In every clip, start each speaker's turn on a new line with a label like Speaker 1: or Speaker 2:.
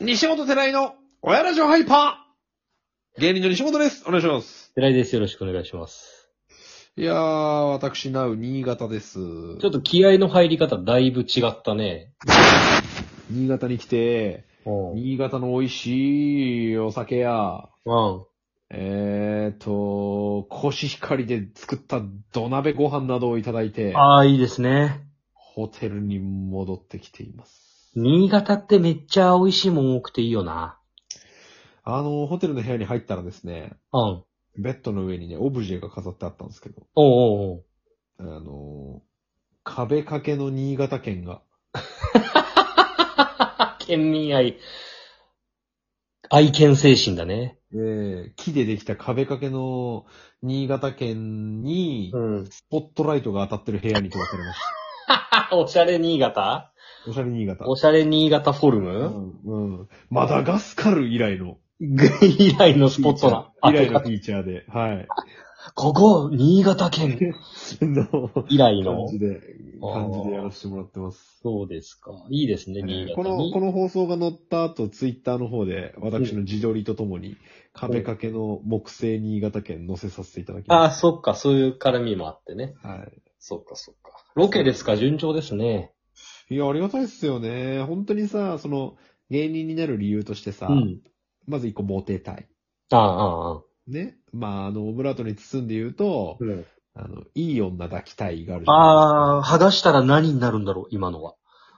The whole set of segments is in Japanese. Speaker 1: 西本寺井の親ラジオハイパー芸人の西本です。お願いします。
Speaker 2: 寺井です。よろしくお願いします。
Speaker 1: いやー、私なう新潟です。
Speaker 2: ちょっと気合の入り方だいぶ違ったね。
Speaker 1: 新潟に来て、
Speaker 2: うん。うん。
Speaker 1: 新潟の美味しいお酒や、
Speaker 2: こ
Speaker 1: えーと、コシヒカリで作った土鍋ご飯などをいただいて、
Speaker 2: ああ、いいですね。
Speaker 1: ホテルに戻ってきています。
Speaker 2: 新潟ってめっちゃ美味しいもん多くていいよな。
Speaker 1: あの、ホテルの部屋に入ったらですね、
Speaker 2: うん。おう
Speaker 1: ベッドの上にね、オブジェが飾ってあったんですけど、
Speaker 2: おうおう。
Speaker 1: あの、壁掛けの新潟県が、
Speaker 2: 県民愛。愛犬精神だね。
Speaker 1: えー木でできた壁掛けの新潟県に、
Speaker 2: ん。
Speaker 1: スポットライトが当たってる部屋に飛ばされまし
Speaker 2: おしゃれ新潟
Speaker 1: た。おしゃれ新潟。
Speaker 2: おしゃれ新潟フォル
Speaker 1: う
Speaker 2: ム、
Speaker 1: ん、うん。マダガスカル以来の。
Speaker 2: 以来のスポット な。
Speaker 1: 以来のフィーチャーで。はい。
Speaker 2: ここ、新潟県
Speaker 1: の
Speaker 2: 以来
Speaker 1: 感
Speaker 2: の。
Speaker 1: じで、感じでやらせてもらってます。
Speaker 2: そうですか。いいですね、新潟に。
Speaker 1: この、この放送が載った後、ツイッターの方で、私の自撮りとともに、壁掛けの木製新潟県載せさせていただき
Speaker 2: ああ、
Speaker 1: ます。
Speaker 2: そっか、そういう絡みもあってね。
Speaker 1: はい。
Speaker 2: そっか、そっか。ロケですか順調ですね。
Speaker 1: いや、ありがたいっすよね。本当にさ、その、芸人になる理由としてさ、
Speaker 2: うん。
Speaker 1: まず一個モテたい。
Speaker 2: ああ、ああ、ああ。
Speaker 1: ね。まあ、あの、オブラートに包んで言うと、
Speaker 2: うん、
Speaker 1: あの、いい女抱きたいがあるじゃない
Speaker 2: ああ、剥がしたら何になるんだろう今のは。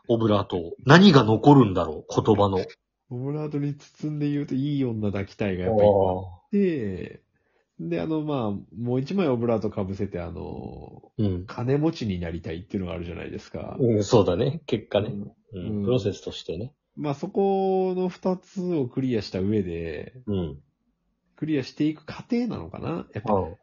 Speaker 2: オブラートを。何が残るんだろう言葉の。
Speaker 1: ですか。オブラートに包んで言うと、いい女抱きたいがやっぱり
Speaker 2: ああ
Speaker 1: で、で、あの、まあ、もう一枚オブラート被せて、あの、
Speaker 2: うん、
Speaker 1: 金持ちになりたいっていうのがあるじゃないですか。
Speaker 2: うん。そうだね。結果
Speaker 1: う
Speaker 2: ね、
Speaker 1: ん
Speaker 2: うん
Speaker 1: うん
Speaker 2: プロセスとしてね。
Speaker 1: まあ、そこの二つをクリアした上で、
Speaker 2: うん。
Speaker 1: クリアしていく過程なのかなやっぱ、
Speaker 2: うん、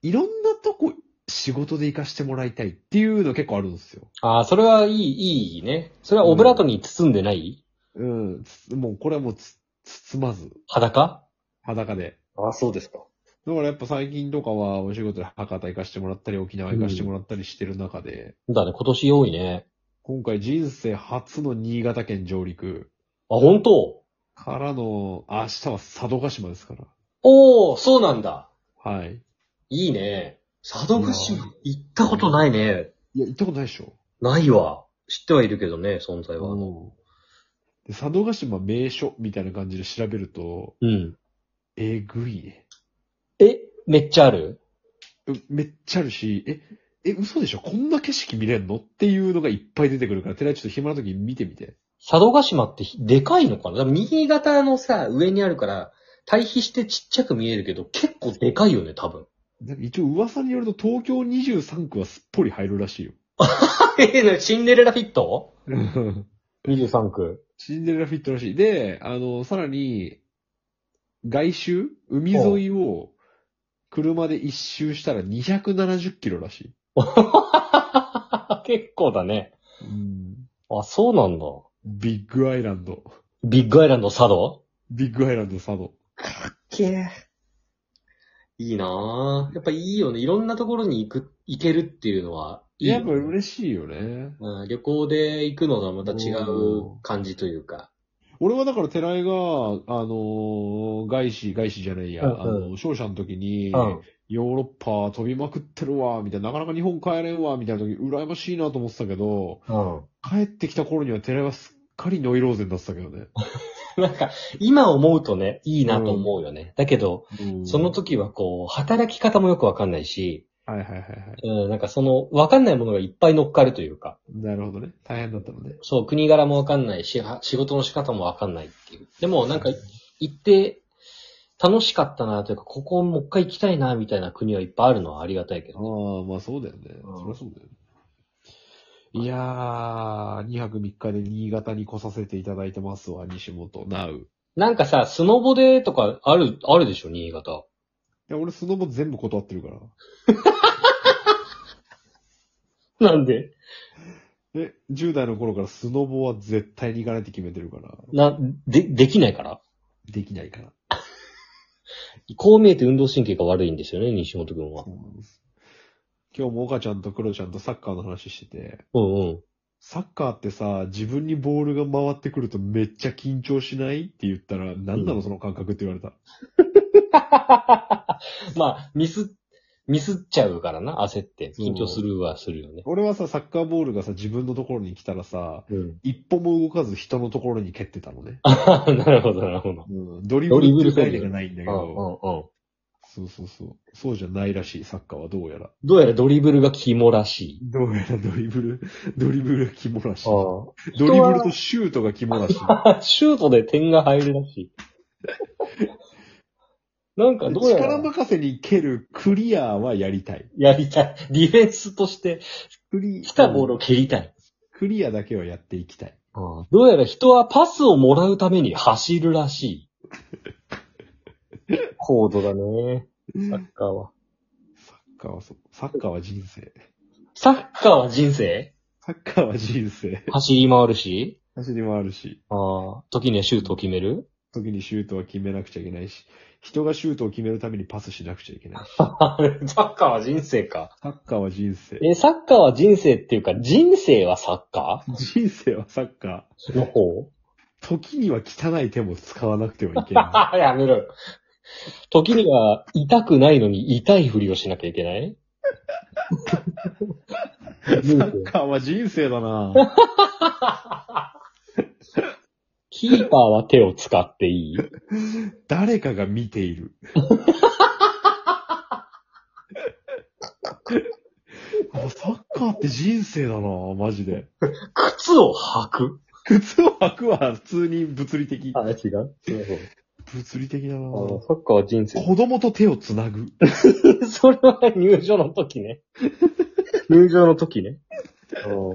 Speaker 1: いろんなとこ仕事で活かしてもらいたいっていうの結構あるんですよ。
Speaker 2: ああ、それはいい、いいね。それはオブラートに包んでない、
Speaker 1: うん。つもう、これはもうつ、包まず、
Speaker 2: 裸
Speaker 1: 裸で。
Speaker 2: ああ、そうですか。
Speaker 1: だからやっぱ最近とかはお仕事で博多行かしてもらったり、沖縄行かしてもらったりしてる中で、
Speaker 2: だね、今年多いね。
Speaker 1: 今回人生初の新潟県上陸。
Speaker 2: あ、本当
Speaker 1: からの、明日は佐渡島ですから。
Speaker 2: おお、そうなんだ。
Speaker 1: はい。
Speaker 2: いいね。佐渡島行ったことないね。
Speaker 1: いや、行ったことないでしょ。
Speaker 2: ないわ。知ってはいるけどね、存在は。
Speaker 1: で佐渡島名所みたいな感じで調べると、
Speaker 2: うん。
Speaker 1: えぐいね。
Speaker 2: え、めっちゃある
Speaker 1: うめっちゃあるし、え、え、嘘でしょこんな景色見れんのっていうのがいっぱい出てくるから、寺井ちょっと暇な時見てみて。
Speaker 2: 佐渡島ってひでかいのかなだから新潟のさ、上にあるから、対比してちっちゃく見えるけど、結構でかいよね、多分。
Speaker 1: なんか一応噂によると東京23区はすっぽり入るらしいよ。
Speaker 2: えな シンデレラフィット ?23 区。
Speaker 1: シンデレラフィットらしい。で、あの、さらに、外周海沿いを、車で一周したら270キロらし
Speaker 2: 結構だね。
Speaker 1: い。うん。
Speaker 2: あ、そうなんだ。
Speaker 1: ビッグアイランド。
Speaker 2: ビッグアイランド佐渡
Speaker 1: ビッグアイランド佐渡。
Speaker 2: けいいなぁ。やっぱいいよね。いろんなところに行く、行けるっていうのは、いいよ
Speaker 1: やっ
Speaker 2: ね
Speaker 1: ぱ嬉しいよね。
Speaker 2: うん、旅行で行くのとはまた違う感じというか。
Speaker 1: 俺はだから寺井が、あのー外資、外資じゃないや、
Speaker 2: うんうん
Speaker 1: あの、商社の時に、
Speaker 2: うん。
Speaker 1: ヨーロッパ飛びまくってるわ、みたいな、なかなか日本帰れんわ、みたいな時、羨ましいなと思ってたけど、
Speaker 2: うん。
Speaker 1: 帰ってきた頃には寺井はすっかりノイローゼになってたけどね。
Speaker 2: なんか、今思うとね、いいなと思うよね。だけど、その
Speaker 1: 時
Speaker 2: 時はこう、働き方もよくわかんないし、
Speaker 1: はいはいはいはい。
Speaker 2: うん、なんかその、わかんないものがいっぱい乗っかるというか、
Speaker 1: なるほどね。大変だったのね。
Speaker 2: そう、国柄もわかんないし、は仕事の仕方もわかんないっていう。でも、なんか、行って、楽しかったなというか、ここもう一回行きたいな、みたいな国はいっぱいあるのはありがたいけ
Speaker 1: あ
Speaker 2: ど。
Speaker 1: あ、まあそうだよね。
Speaker 2: うん
Speaker 1: そりゃそうだよね。いやー、2泊3日で新潟に来させていただいてますわ、西本、なう。い
Speaker 2: なんかさ、スノボでとかある、あるでしょ、新潟。
Speaker 1: や、俺スノボ全部断ってるから。
Speaker 2: なんで
Speaker 1: え、10代の頃からスノボは絶対に行かないって決めてるから、
Speaker 2: な、で、できないから
Speaker 1: できないから。
Speaker 2: こう見えて運動神経が悪いんですよね、西本くんは
Speaker 1: そ。うなんです。今日も岡ちゃんとクロちゃんとサッカーの話してて、
Speaker 2: うんうん。
Speaker 1: サッカーってさ、自分にボールが回ってくるとめっちゃ緊張しないって言ったら、なんなのその感覚って言われた。
Speaker 2: まあ、ミス、ミスっちゃうからな、焦って。緊張するはするよね。
Speaker 1: 俺はさ、サッカーボールがさ、自分のところに来たらさ、
Speaker 2: うん。
Speaker 1: 一歩も動かず人のところに蹴ってたのね。
Speaker 2: なるほど、なるほど。
Speaker 1: うん、ドリブルっていう概念がないんだ
Speaker 2: う
Speaker 1: け
Speaker 2: んう
Speaker 1: ど、
Speaker 2: んうん。
Speaker 1: そうそうそう。そうじゃないらしい、サッカーはどうやら。
Speaker 2: どうやらドリブルが肝らしい。
Speaker 1: どうやらドリブル、ドリブルが肝らしい。ド
Speaker 2: あ
Speaker 1: リブルとシュートが肝らしい。
Speaker 2: あ。 シュートで点が入るら しい。なんかどうや
Speaker 1: 力
Speaker 2: ら
Speaker 1: 任せに蹴るクリアはやりたい。
Speaker 2: やりたい。ディフェンスとして
Speaker 1: クリ
Speaker 2: 来たボールを蹴りたい。
Speaker 1: クリアだけはやっていきたい。
Speaker 2: どうやら人はパスをもらうために走るらしい。高度だね。サッカーは。
Speaker 1: サッカーはそう。サッカーは人生。
Speaker 2: サッカーは人生
Speaker 1: サッカーは人生。
Speaker 2: 走り回るし、
Speaker 1: 走り回るし、
Speaker 2: ああ時にはシュートを決める
Speaker 1: 時にシュートは決めなくちゃいけないし、人がシュートを決めるためにパスしなくちゃいけないし。
Speaker 2: サッカーは人生か。
Speaker 1: サッカーは人生。
Speaker 2: え、サッカーは人生っていうか、人生はサッカ
Speaker 1: 人生はサッカー。
Speaker 2: ーの方
Speaker 1: 時には汚い手も使わなくてはいけな
Speaker 2: ああやめろよ。時には痛くないのに痛いふりをしなきゃいけない
Speaker 1: い。 サッカーは人生だな
Speaker 2: キーパーは手を使っていい
Speaker 1: 誰かが見てい る。もうサッカーって人生だなマジで。
Speaker 2: 靴を履く
Speaker 1: 靴を履くは普通に物理的。
Speaker 2: あ、違う。
Speaker 1: 物理的だな
Speaker 2: あのサッカーは人生。
Speaker 1: 子供と手をつなぐ。
Speaker 2: それは入場の時ね。入場の時ね。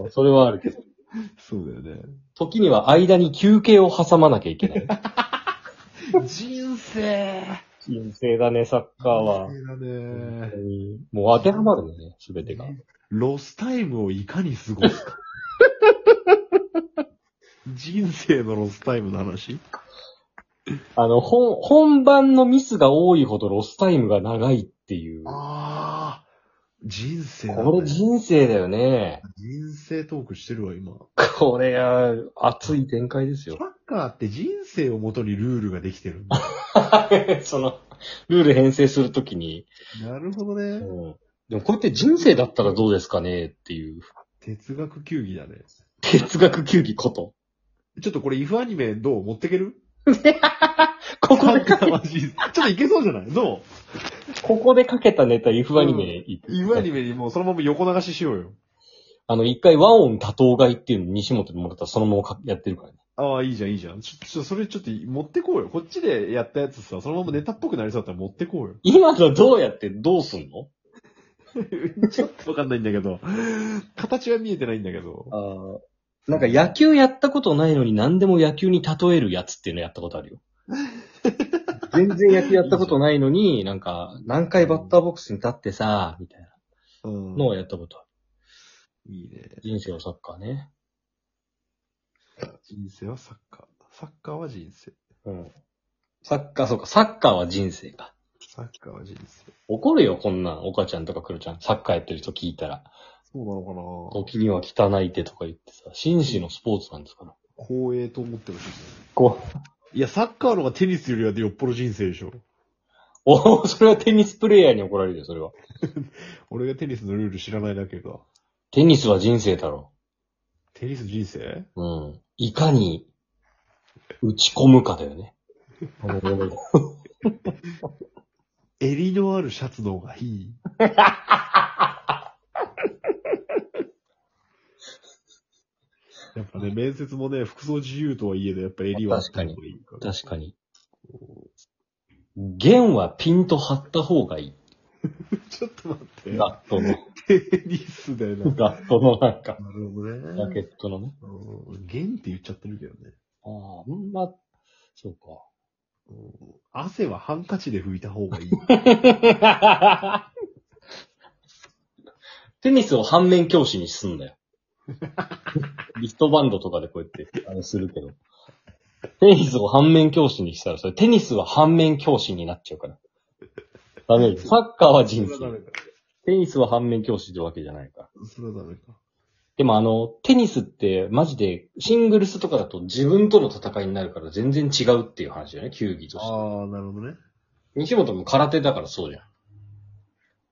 Speaker 2: うんそれはあるけど。
Speaker 1: そうだよね。
Speaker 2: 時には間に休憩を挟まなきゃいけ ない。
Speaker 1: 人生
Speaker 2: 人生だね、サッカーは。
Speaker 1: 人生だね
Speaker 2: もう当てはまるね、すべてが。
Speaker 1: ロスタイムをいかに過ご すか。人生のロスタイムの話
Speaker 2: あの、本、本番のミスが多いほどロスタイムが長いっていう。こ
Speaker 1: ああ、人生だ、ね。
Speaker 2: れ人生だよね。
Speaker 1: 人生トークしてるわ、今。
Speaker 2: これは、熱い展開です
Speaker 1: サッ
Speaker 2: よ。
Speaker 1: カーって人生をもとにルールができてるんだ。
Speaker 2: その、ルール編成するときに、
Speaker 1: なるほど
Speaker 2: う
Speaker 1: ね。
Speaker 2: んでもこうやって人生だったらどうですかねっていう、
Speaker 1: 哲学球技だね。
Speaker 2: 哲学球技こと。
Speaker 1: ちょっとこれ、イフアニメどう持ってけ る
Speaker 2: ここ
Speaker 1: サ
Speaker 2: で
Speaker 1: ッカーは人生ちょっといけそうじゃないどう
Speaker 2: ここでかけたネタ、イフアニメ行く。
Speaker 1: イフアニメにもうそのまま横流ししようよ。
Speaker 2: あの、一回和音多頭買いっていうのを西本にもらったらそのままかやってるからね。
Speaker 1: ああ、いいじゃん、いいじゃん。ちょ、ちょ、それちょっと持ってこうよ。こっちでやったやつさ、そのままネタっぽくなりそうだったら持ってこうよ。
Speaker 2: 今のどうやってどうすんの
Speaker 1: ちょっとわかんないんだけど。形は見えてないんだけど。
Speaker 2: あなんか野球やったことないのに何でも野球に例えるやつっていうのやったことある よ。全然野球やったことないのに、なんか、何回バッターボックスに立ってさ、みたいな
Speaker 1: うん
Speaker 2: のをやったことあ
Speaker 1: いいね。
Speaker 2: る。人生のサッカーね。
Speaker 1: 人生はサッカー。サッカーは人生。
Speaker 2: うん。サッカー、そうか、サッカーは人生か。
Speaker 1: サッカーは人生。
Speaker 2: 怒るよ、こんなん。岡ちゃんとかクロちゃん、サッカーやってる人聞いたら。
Speaker 1: そうなのかな
Speaker 2: 時には汚い手とか言ってさ、紳士のスポーツなんですから。
Speaker 1: 光栄と思ってほしいね。
Speaker 2: こう。
Speaker 1: いや、サッカーの方がテニスよりはよっぽど人生でしょ。
Speaker 2: お それはテニスプレイヤーに怒られるよ、それは。
Speaker 1: 俺がテニスのルール知らないだけか。
Speaker 2: テニスは人生だろ
Speaker 1: テニス人生
Speaker 2: う。うん。いかに、打ち込むかだよね。
Speaker 1: 襟のあるシャツの方がい い。やっぱね、面接もね、服装自由とはいえね、やっぱ襟はあった方がいいから。
Speaker 2: 確かに。弦はピンと張った方がいい。
Speaker 1: ちょっと待って。
Speaker 2: ガットの、
Speaker 1: テニスだよな。
Speaker 2: ガットのなんか、
Speaker 1: なるほ
Speaker 2: ジ
Speaker 1: ど
Speaker 2: ャケ
Speaker 1: ね。
Speaker 2: ットのね。
Speaker 1: うん弦って言っちゃってるけどね。
Speaker 2: ああ、まあ、そうか。
Speaker 1: うん汗はハンカチで拭いた方がい い。
Speaker 2: テニスを反面教師にすんだ よ。リストバンドとかでこうやって、あれするけど。テニスを反面教師にしたら、それテニスは反面教師になっちゃうから。ダメよサッカーは人
Speaker 1: それはダメ
Speaker 2: 生。
Speaker 1: か。
Speaker 2: テニスは反面教師ってわけじゃないから。
Speaker 1: それはダメか。
Speaker 2: でもあの、テニスってマジでシングルスとかだと自分との戦いになるから全然違うっていう話だよね、球技として。
Speaker 1: ああ、なるほどね。
Speaker 2: 西本も空手だからそうじゃ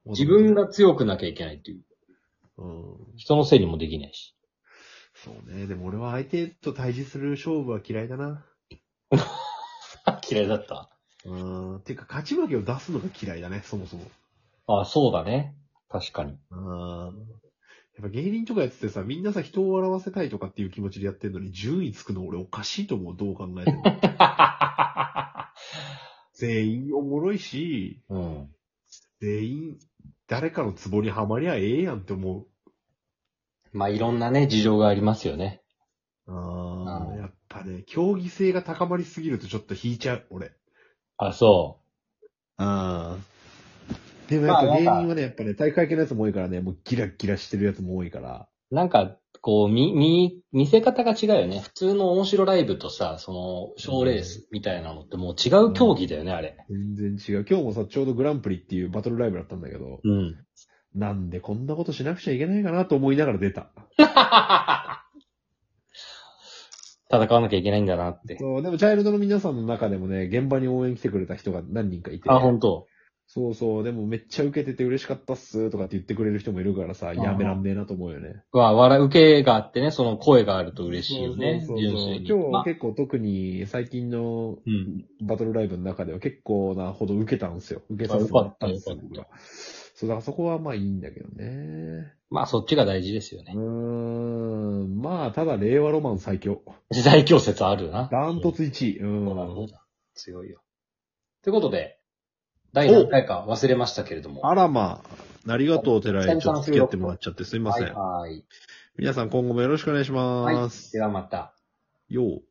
Speaker 2: ん。自分が強くなきゃいけないっていう。
Speaker 1: うん。
Speaker 2: 人のせいにもできないし。
Speaker 1: そうね。でも俺は相手と対峙する勝負は嫌いだな。
Speaker 2: 嫌いだった
Speaker 1: うん。てか、勝ち負けを出すのが嫌いだね、そもそも。
Speaker 2: ああ、そうだね。確 かに。
Speaker 1: うん。やっぱ芸人とかやっててさ、みんなさ、人を笑わせたいとかっていう気持ちでやってんのに、順位つくの俺おかしいと思う、どう考えても。全員おもろいし、
Speaker 2: うん。
Speaker 1: 全員、誰かのツボにはまりゃええやんって思う。
Speaker 2: まあ、いろんなね、事情がありますよね。
Speaker 1: あ
Speaker 2: う
Speaker 1: あ、
Speaker 2: ん
Speaker 1: やっぱね、競技性が高まりすぎるとちょっと引いちゃう、俺。
Speaker 2: あ、そ
Speaker 1: ああ。でもやっぱ
Speaker 2: まあ
Speaker 1: 芸
Speaker 2: なんか
Speaker 1: 人はね、やっぱね、大会系のやつも多いからね、もうギラギラしてるやつも多いから。
Speaker 2: う。なんか、こう、み、み、見せ方が違うよね。普通の面白ライブとさ、その、賞レースみたいなのってもう違う競技だよね、あれ。
Speaker 1: 全然違う。今日もさ、ちょうどグランプリっていうバトルライブだったんだけど、
Speaker 2: うん。
Speaker 1: なんでこんなことしなくちゃいけないかなと思いながら出た。
Speaker 2: 戦わなきゃいけないんだなって。
Speaker 1: そう、でもチャイルドの皆さんの中でもね、現場に応援来てくれた人が何人かいて。
Speaker 2: あ、本当。
Speaker 1: そうそう、でもめっちゃ受けてて嬉しかったっすとかって言ってくれる人もいるからさ、
Speaker 2: ん
Speaker 1: やめらんねえなと思うよね。
Speaker 2: まあ、笑、受けがあってね、その声があると嬉しいよね。
Speaker 1: そうそうそう
Speaker 2: 純粋に。
Speaker 1: 今
Speaker 2: まあ
Speaker 1: 日結構特に最近の
Speaker 2: うん。
Speaker 1: バトルライブの中では結構なほど受けたんですよ。受けさせてもらったんですよ、僕が。そう、だからそこはまあいいんだけどね。
Speaker 2: まあ、そっちが大事ですよ
Speaker 1: うー
Speaker 2: ね。
Speaker 1: ん、まあ、ただ令和ロマン最強。
Speaker 2: 時代強説あるよな。
Speaker 1: ダントツ1位。う。
Speaker 2: そうだそうんだ強いよ。ということで、第何回か忘れましたけれども。
Speaker 1: あらまあ、ありがとう、寺井。ちょっ
Speaker 2: 久
Speaker 1: と
Speaker 2: 々の収録
Speaker 1: 付き合ってもらっちゃってすいません。
Speaker 2: はいはい。
Speaker 1: 皆さん今後もよろしくお願いし
Speaker 2: は
Speaker 1: ま
Speaker 2: い。
Speaker 1: す。
Speaker 2: ではまた。
Speaker 1: よう。